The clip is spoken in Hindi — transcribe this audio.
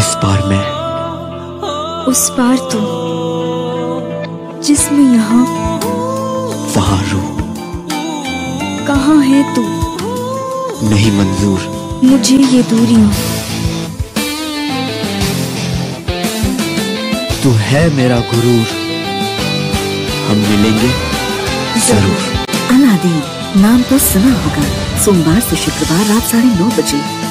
इस बार मैं उस पार तुम जिसमें यहाँ वहां रू कहाँ है तुम नहीं मंजूर मुझे ये दूरियां तू है मेरा गुरूर हम मिलेंगे जरूर अनादि नाम तो सुना होगा सोमवार से शुक्रवार रात साढ़े नौ बजे